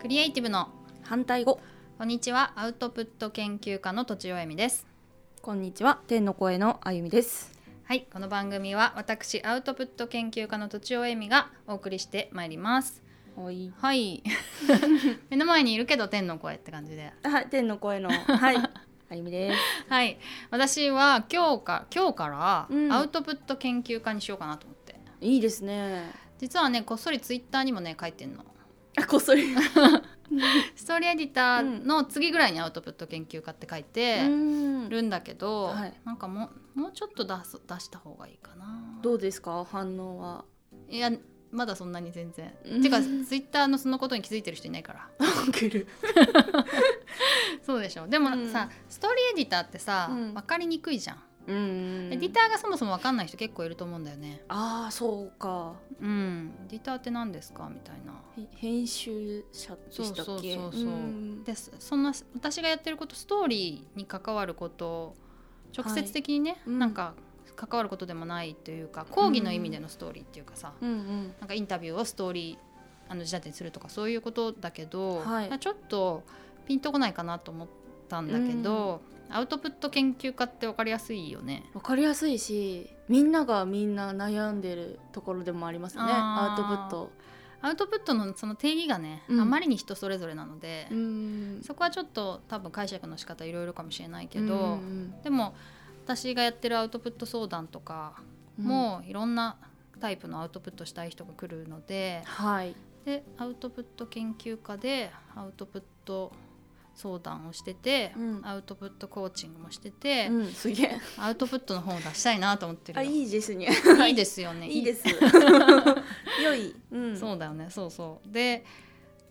クリエイティブの反対語こんにちはアウトプット研究家のとちおえみですこんにちは天の声のあゆみですはいこの番組は私アウトプット研究家のとちおえみがお送りしてまいりますはいはい 目の前にいるけど天の声って感じであ天の声 のはいあゆみですはい私は今日か今日かうんらアウトプット研究家にしようかなと思って、いいですね実はねこっそりツイッターにもね書いてんのあこっそりストーリーエディターの次ぐらいにアウトプット研究家って書いて、うんるんだけど、はいなんかもうもうちょっと出す出した方がいいかなどうですか反応はいやまだそんなに全然うんてかツイッターのそのことに気づいてる人いないから ウケるそうでしょでもうんさ、ストーリーエディターってさ、うん分かりにくいじゃん、うんエディターがそもそも分かんない人結構いると思うんだよねああそうかうんエディターって何ですかみたいなへ編集者でしたっけそうそうそうそうんでそそんな私がやってることストーリーに関わること直接的にね、うんなんか関わることでもないというか講義の意味でのストーリーっていうかさ、うんなんかインタビューをストーリーあの仕立てにするとかそういうことだけど、はいまあちょっとピンとこないかなと思ったんだけど、アウトプット研究家って分かりやすいよね。わかりやすいしみんながみんな悩んでるところでもありますねあアーウトプットアウトプットのその定義がね、うんあまりに人それぞれなので、うんそこはちょっと多分解釈の仕方いろいろかもしれないけうど、んでも私がやってるアウトプット相談とかうんもいろんなタイプのアウトプットしたい人が来るので、はいでアウトプット研究家でアウトプット相談をしてて、うんアウトプットコーチングもしてて、うんすげえアウトプットの本を出したいなと思ってるあよいいですね いいですよねいいです 良いうんそうだよねそうそうで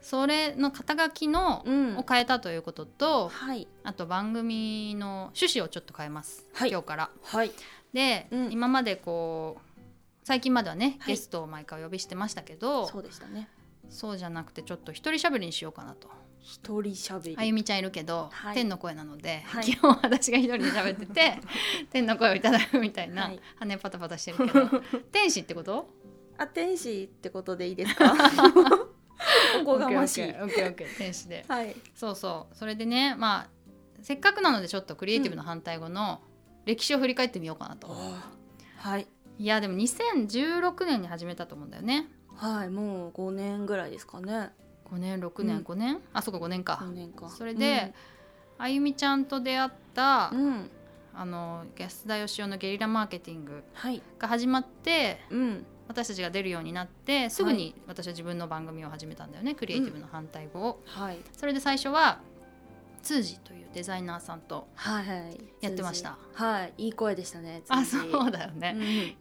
それの肩書きの、うんを変えたということとはいあと番組の趣旨をちょっと変えます、はい今日からはいで、うん今までこう最近まではね、はゲいストを毎回お呼びしてましたけどそうでしたねそうじゃなくてちょっと一人しゃべりにしようかなと一人しゃべりあゆみちゃんいるけど、はい天の声なので、はい基本私が一人で喋って て天の声をいただくみたいな、はい羽パタパタしてるけ ど天使ってことあ天使ってことでいいで すか おこがましオいッケーオッケーオッケー オッケー天使ではいそうそうそれでねまあせっかくなのでちょっとクリエイティブの反対語の歴史を振り返ってみようかなと、はいいやでも2016年に始めたと思うんだよねはいもう五年ぐらいですかね5年6年、うん5年あそうか5年か、五年かそれで、あゆみちゃんと出会った、うんうんあの安田義雄のゲリラマーケティングはいが始まってうん私たちが出るようになってすぐに私は自分の番組を始めたんだよね、クリエイティブの反対語を、はいそれで最初はツージーというデザイナーさんとはいやってました通じはいいい声でしたねあ通じそうだようね、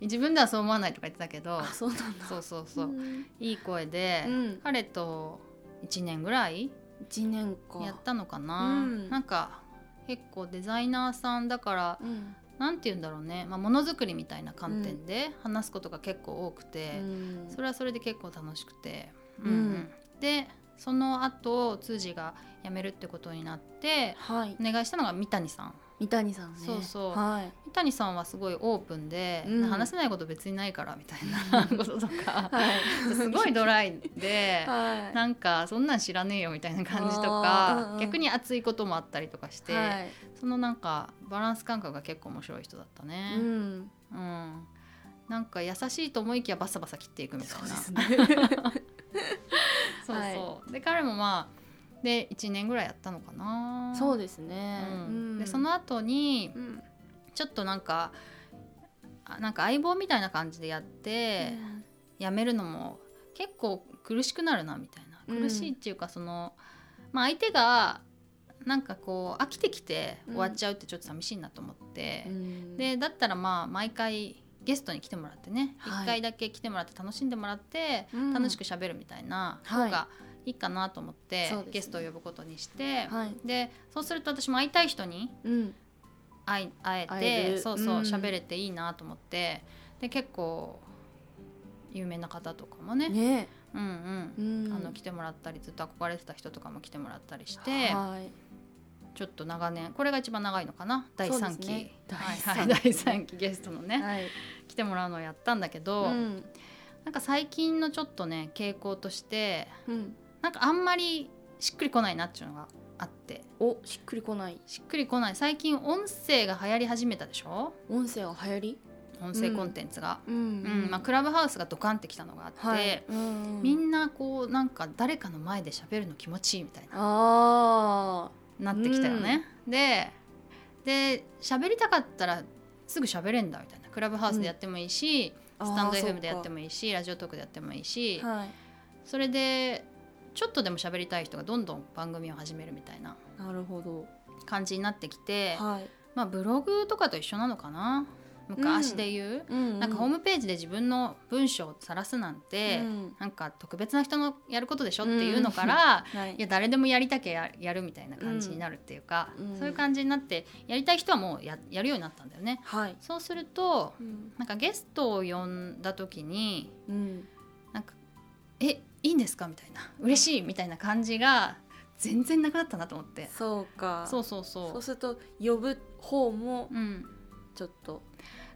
ん自分ではそう思わないとか言ってたけどあそうなんだそうそうそう、うんいい声で、うん彼と1年ぐらい一年かやったのかな、うんなんか結構デザイナーさんだからうんなんて言うんだろうねまあものづくりみたいな観点で話すことが結構多くて、うんそれはそれで結構楽しくて、うんでその後通じが辞めるってことになってはいお願いしたのが三谷さん三谷さんねそうそうはい三谷さんはすごいオープンで、うん話せないこと別にないからみたいなこととか はいすごいドライで。 はいなんかそんなん知らねえよみたいな感じとあか、ーうんうん逆に熱いこともあったりとかして、はいそのなんかバランス感覚が結構面白い人だったねう、んうんなんか優しいと思いきやバサバサ切っていくみたいなね そうそうで彼もまあで1年ぐらいやったのかなそうでですねでその後にうんちょっとなんかあなんか相棒みたいな感じでやって、辞めるのも結構苦しくなるなみたいなうん苦しいっていうかその、まあ、相手がなんかこう飽きてきてうん終わっちゃうってちょっと寂しいなと思ってう、んでだったらまあ毎回ゲストに来てもらってね、一はい1回だけ来てもらって楽しんでもらって、うん楽しくしゃべるみたいなはい方がいいかなと思って、そうですねゲストを呼ぶことにして、はいでそうすると私も会いたい人にうん会い会えて会えるそうそううん喋れていいなと思ってで結構有名な方とかもねねうんうんうんあの来てもらったりずっと憧れてた人とかも来てもらったりしてはいちょっと長年これが一番長いのかな第そうで3す期、ねはい第はい三期第3期ゲストのね、はい来てもらうのをやったんだけど、うんなんか最近のちょっとね傾向としてうんなんかあんまりしっくりこないなっていうのがあっておしっくりこないしっくりこない最近音声が流行り始めたでしょ音声は流行り音声コンテンツが、ううんんまあ、クラブハウスがドカンってきたのがあって、はいうんみんなこうなんか誰かの前で喋るの気持ちいいみたいあななってきたよね、でで喋りたかったらすぐ喋れんだみたいなクラブハウスでやってもいいし、ースタンド FM でやってももいいしラジオトークでやってもいいし、はいそれでちょっとでも喋りたい人がどんどん番組を始めるみたいななるほど感じになってきて、はいまあブログとかと一緒なのかな昔で言う、うんなんかホームページで自分の文章を晒すなんて、うんなんか特別な人のやることでしょっていうのから、はいいや誰でもやりたきゃややるみたいな感じになるっていうか、うんそういう感じになってやりたい人はもうややるようになったんだよね。はいそうするとうんなんかゲストを呼んだ時にうんなんか「えいいんですか?」みたいな「嬉しい」みたいな感じが全然なくなったなと思ってそうかそうそうそうそうすると呼ぶ方もうん、ちょっと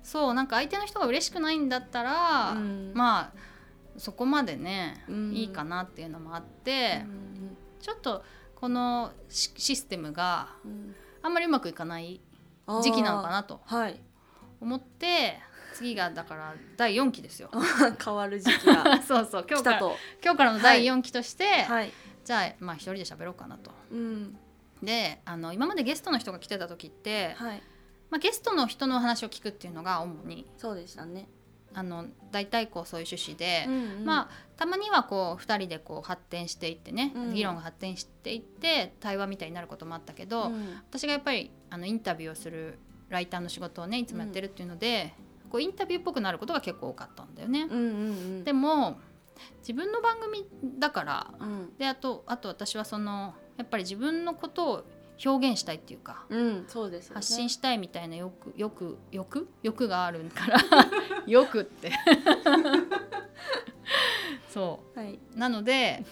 そうなんか相手の人が嬉しくないんだったら、うんまあそこまでね、うんいいかなっていうのもあっうて、んちょっとこのシシステムがうんあんまりうまくいかないあー時期なのかなとはい 思って次がだから第4期 ですよ。変わる時期がそうそう 今来日かたらと今日からの第4期として、はいじゃあまあ一人で喋ろうかなと。うんであの今までゲストの人が来てた時って、はいまあ、ゲストの人の話を聞くっていうのが主にそうでしたねあの大体こうそういう趣旨で、まあまあ、たまにはこう2人でこう発展していってね、うん議論が発展していって対話みたいになることもあったけど、うん私がやっぱりあのインタビューをするライターの仕事をねいつもやってるっていうので、こうインタビューっぽくなることが結構多かったんだよね。うんうんでも自分の番組だからうんであとあと私はそのやっぱり自分のことを表現したいっていうかうんそうですよね発信したいみたいな欲欲欲欲があるから 欲って そ はいうなので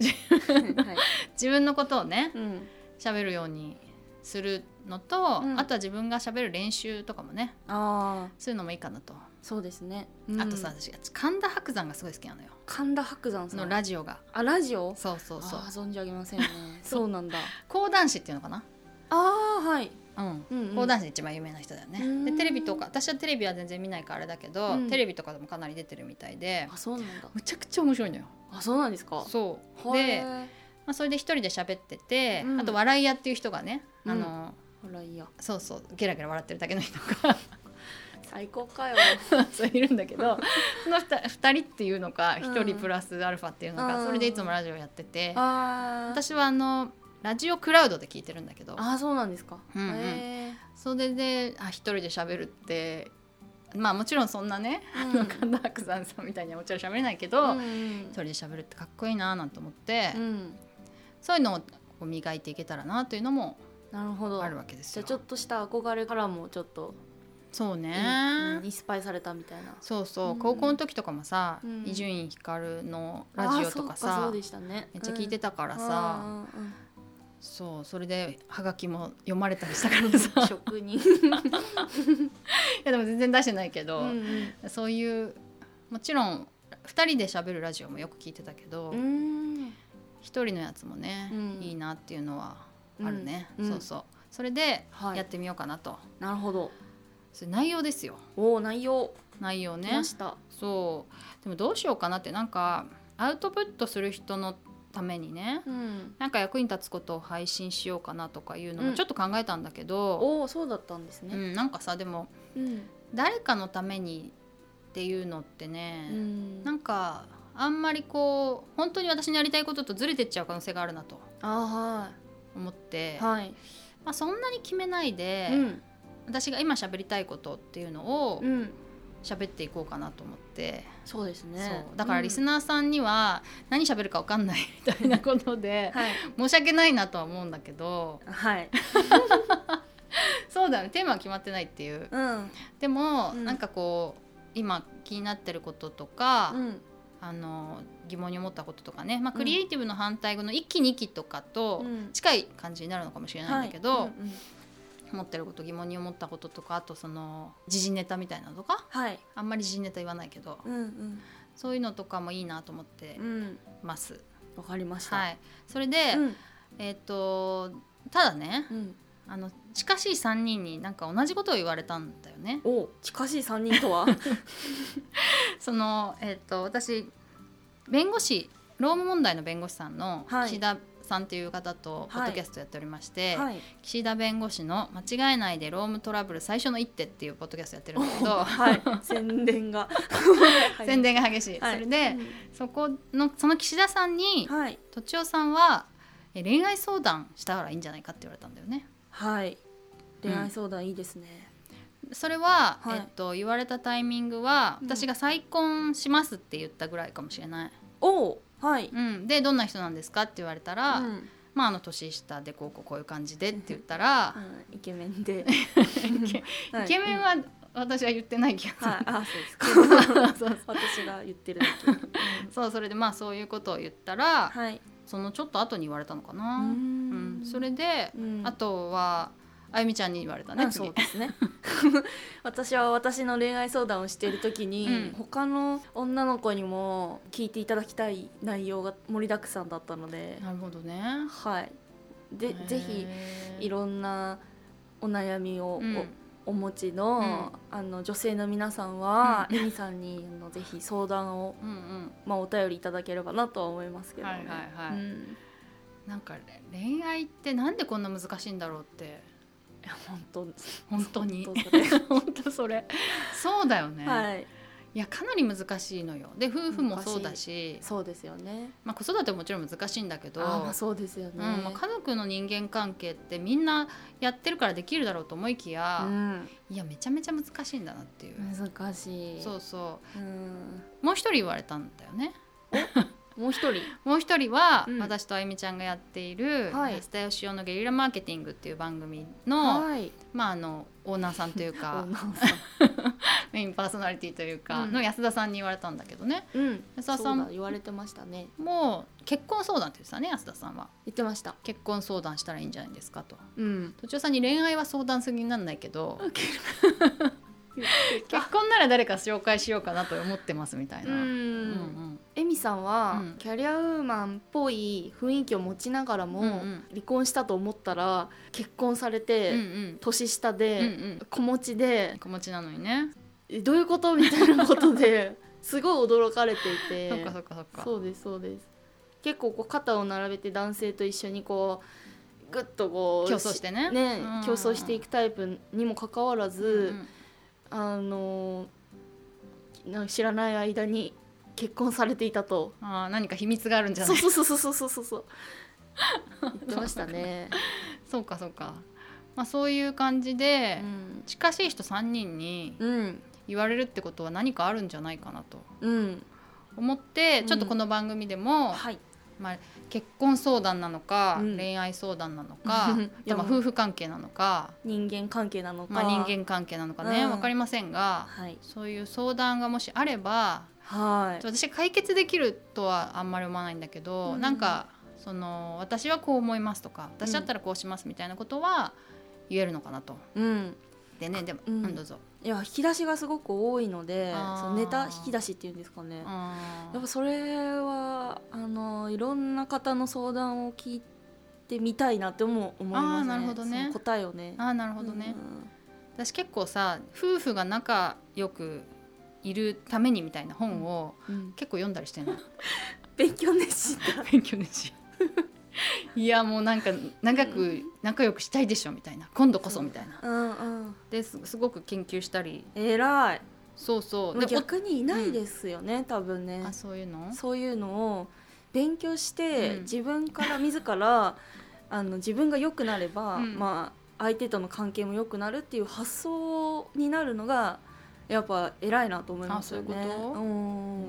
はい自分のことをねうん喋るようにするのと、うんあとは自分が喋る練習とかもねああそういうのもいいかなと、そうですねあとさ私神田伯山がすごい好きなのよ神田伯山そさのんラジオがあラジオそうそうそうあー存じ上げませ んねそうなんだ講談師っていうのかなああはいうんうんうん講談師で一番有名な人だようね。んでテレビとか私はテレビは全然見ないからあれだけど、うんテレビとかでもかなり出てるみたいであそうなんだむちゃくちゃ面白いのよ。あそうなんですかそうへで、まーあ、それで一人で喋ってて、うんあと笑い屋っていう人がねあの、あらいいやそうそうゲラゲラ笑ってるだけの人が最高かよ そういるんだけどその 2, 二人っていうのかうん1人プラスアルファっていうのか、うんそれでいつもラジオやってて、あー私はあのラジオクラウドで聞いてるんだけどあーそうなんですかうんうんへそれであ一人で喋るってまあもちろんそんなねー あの神田伯山さんみたいにはもちろん喋れないけど、うん一人で喋るってかっこいいなーなんて思って、うんうんそういうのをこう磨いていけたらなというのもなるほどあるわけですじゃよあちょっとした憧れからもちょっとそういね、うんインスパイされたみたいなそうそう、うん高校の時とかもさうん伊集院光のラジオとかあーそうさそうでしたねめっちゃ聞いてたたからさ、うんそうそれでハガキも読まれたりした からうさんい職人やでも全然出してないけど、うんそういうもちろん2人で喋るラジオもよく聞いてたけど、うん一人のやつもね、うんいいなっていうのはあるね、うんそうそうそれではいやってみようかなと、なるほどそれ内容ですよおお内容内容来ねましたそうでもどうしようかなってなんかアウトプットする人のためにねうんなんか役に立つことを配信しようかなとかいうのうもんちょっと考えたんだけど、おおそうだったんですうんねなんかさでもうん誰かのためにっていうのってね、うんなんかあんまりこう本当に私のやりたいこととずれてっちゃう可能性があるなとあ思って、ーはいまあ、そんなに決めないで、はいうん私が今喋りたいことっていうのをうん喋っていこうかなと思って、そうですねそうだからリスナーさんには何喋るか分かんないみたいなことでーはい申し訳ないなとは思うんだけどはいそうだよねテーマは決まってないっていううんでも、うんなんかこう今気になってることとか、うんあの疑問に思ったこととかね、まあ、うんクリエイティブの反対語の「一期二期」とかとうん近い感じになるのかもしれないんだけど、はいうんうん思ってること疑問に思ったこととかあとその時事ネタみたいなのとかはいあんまり時事ネタ言わないけどうんうんそういうのとかもいいなと思ってうんます。わかりました。はい、それで、うんえっとただねうん、あの近しい3人になんか同じことを言われたんだよね。お近しい三人と はその、えっと私弁護士労務問題の弁護士さんのはい岸田さんという方とポッドキャストやっておりまして、はい岸田弁護士の「間違えないで労務トラブル最初の一手」っていうポッドキャストやってるんだけど、はい宣伝が 宣伝が激しい、はいそれでそこのその岸田さんにうんはいとちおさんはえ恋愛相談したらいいんじゃないかって言われたんだよね。はい恋愛相談いいですね。それは、はいえっと、言われたタイミングはうん私が再婚しますって言ったぐらいかもしれない、おはい。うん、でどんな人なんですかって言われたら、うんまあ、あの年下でこうこうこういう感じでって言ったらう、んイケメ ンでイケメンはは私は言ってない気がい、はい、あそうですかする、 そうそう私が言ってるだけ、うん そうそれでまあそういうことを言ったら、はいそのちょっと後に言われたのかうな、うんんそれで、うんあとはあゆみちゃんに言われたうねん次そうで すね私は私の恋愛相談をしている時に、うん他の女の子にも聞いていただきたい内容が盛りだくさんだったので、なるほどねはいでぜひへーいろんなお悩みを、うんおお持ちの,、あの女性の皆さんは、エミさんにあのぜひ相談を、うんうんまあ、お便りいただければなとは思いますけどね。はいはいはい うんなんかね恋愛ってなんでこんな難しいんだろうっていや本当本当に本当それ 本当 それそうだよね、はい、いやかなり難しいのよで夫婦もそうだしそうですよね。まあ、子育てももちろん難しいんだけどあーまあそうですよね。うんまあ、家族の人間関係ってみんなやってるからできるだろうと思いきや、うんいやめちゃめちゃ難しいんだなっていう、難しいそうそううんもう一人言われたんだよねもう一人もう一人は、うん私とあゆみちゃんがやっている「はい安田義雄のゲリラマーケティング」っていう番組の,、いまあ、あのオーナーさんというあ か女のメインパーソナリティというか、うんの安田さんに言われたんだけどねうん 安そ田さうんだ言われてましたねもう結婚相談って言ってたね安田さんは言ってました結婚相談したらいいんじゃないですかと。うん土地さんに恋愛は相談する気にならないけど 言って結婚なら誰か紹介しようかなと思ってますみたいな。ううんんエミさんは、うんキャリアウーマンっぽい雰囲気を持ちながらも、うんうん離婚したと思ったら結婚されうて、んうん年下うで、んうん子持ちで子持ちなのにね。えどういうことみたいなこ とですごい驚かれていてそっかそっかそっか。そうですそうです結構こう肩を並べて男性と一緒にこうグッとこう競争してね。ねうん競争していくタイプにもかかわらず、あのな知らない間に結婚されていたとああ何か秘密があるんじゃなそ。いうそうそうそうそうそうそう言ってましたね、そうかそうか。まあそういう感じで う。ん、近しい人3人にうん言われるってことは何かあるんじゃないかなとうん思ってうんちょっとこの番組でもはい結婚相談なのかうん恋愛相談なのか いやまあ夫婦関係なのか人間関係なのか、まあ、人間関係なのかね、うわんかりませんがはいそういう相談がもしあればはい私解決できるとはあんまり思わないんだけど、うんなんかその私はこう思いますとか私だったらこうしますみたいなことは言えるのかなと。うんでねでも、ううんんどうぞ。いや引き出しがすごく多いのであーそのネタ引き出しっていうんですかね、あーやっぱそれはあのいろんな方の相談を聞いてみたいなっても思いあーますね。なるほどねその答えをね。あーなるほどね、私結構さ夫婦が仲良くいるためにみたいな本をうん。うん結構読んだりしてんの勉強熱心だ。勉強熱心いやもう なんか長く仲良くしたいでしょみたいな今度こそみたいな うんうん。ですすごく研究したり偉い。そうそうでで逆にいないですよね、多分ねおあ。そういうのそういうのを勉強して、うん自分から自ら あの自分が良くなれば、うんまあ相手との関係も良くなるっていう発想になるのがやっぱ偉いなと思いますよね。あそういうことうんうーん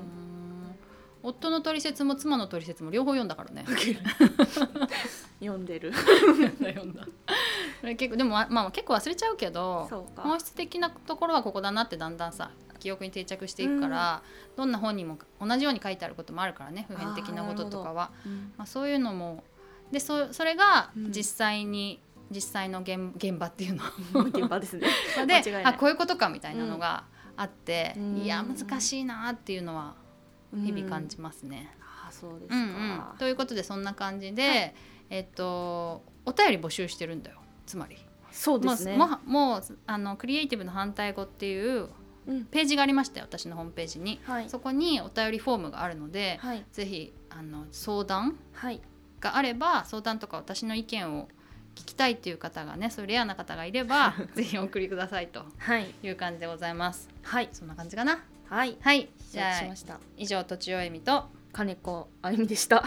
夫の取説も妻の取説も両方読んだから ね読んでる。読んだ読んだそれ結 構でもあまあ結構忘れちゃうけどそうか本質的なところはここだなってだんだんさ記憶に定着していくから、どんな本にも同じように書いてあることもあるからね普遍的なこととかはまあ、そういうのもでそそれがうん実際に、実際の現現場っていうの 現場ですね。で間違いないあこういうことかみたいなのがあって、うんいや難しいなっていうのは日々感じますね。あそうですうか、んうん、ということでそんな感じで、えっとお便り募集してるんだよつまりそうですねもうもうもうあのクリエイティブの反対語っていううんページがありましたよ私のホームページに、はいそこにお便りフォームがあるので、はいぜひあの相談はいがあれば相談とか私の意見を聞きたいっていう方がねそういうレアな方がいれ ばぜひお送りくださいとはいいう感じでございますはいそんな感じかなはいはい失じ礼ゃしあました以上とちおえみと金子あゆみでした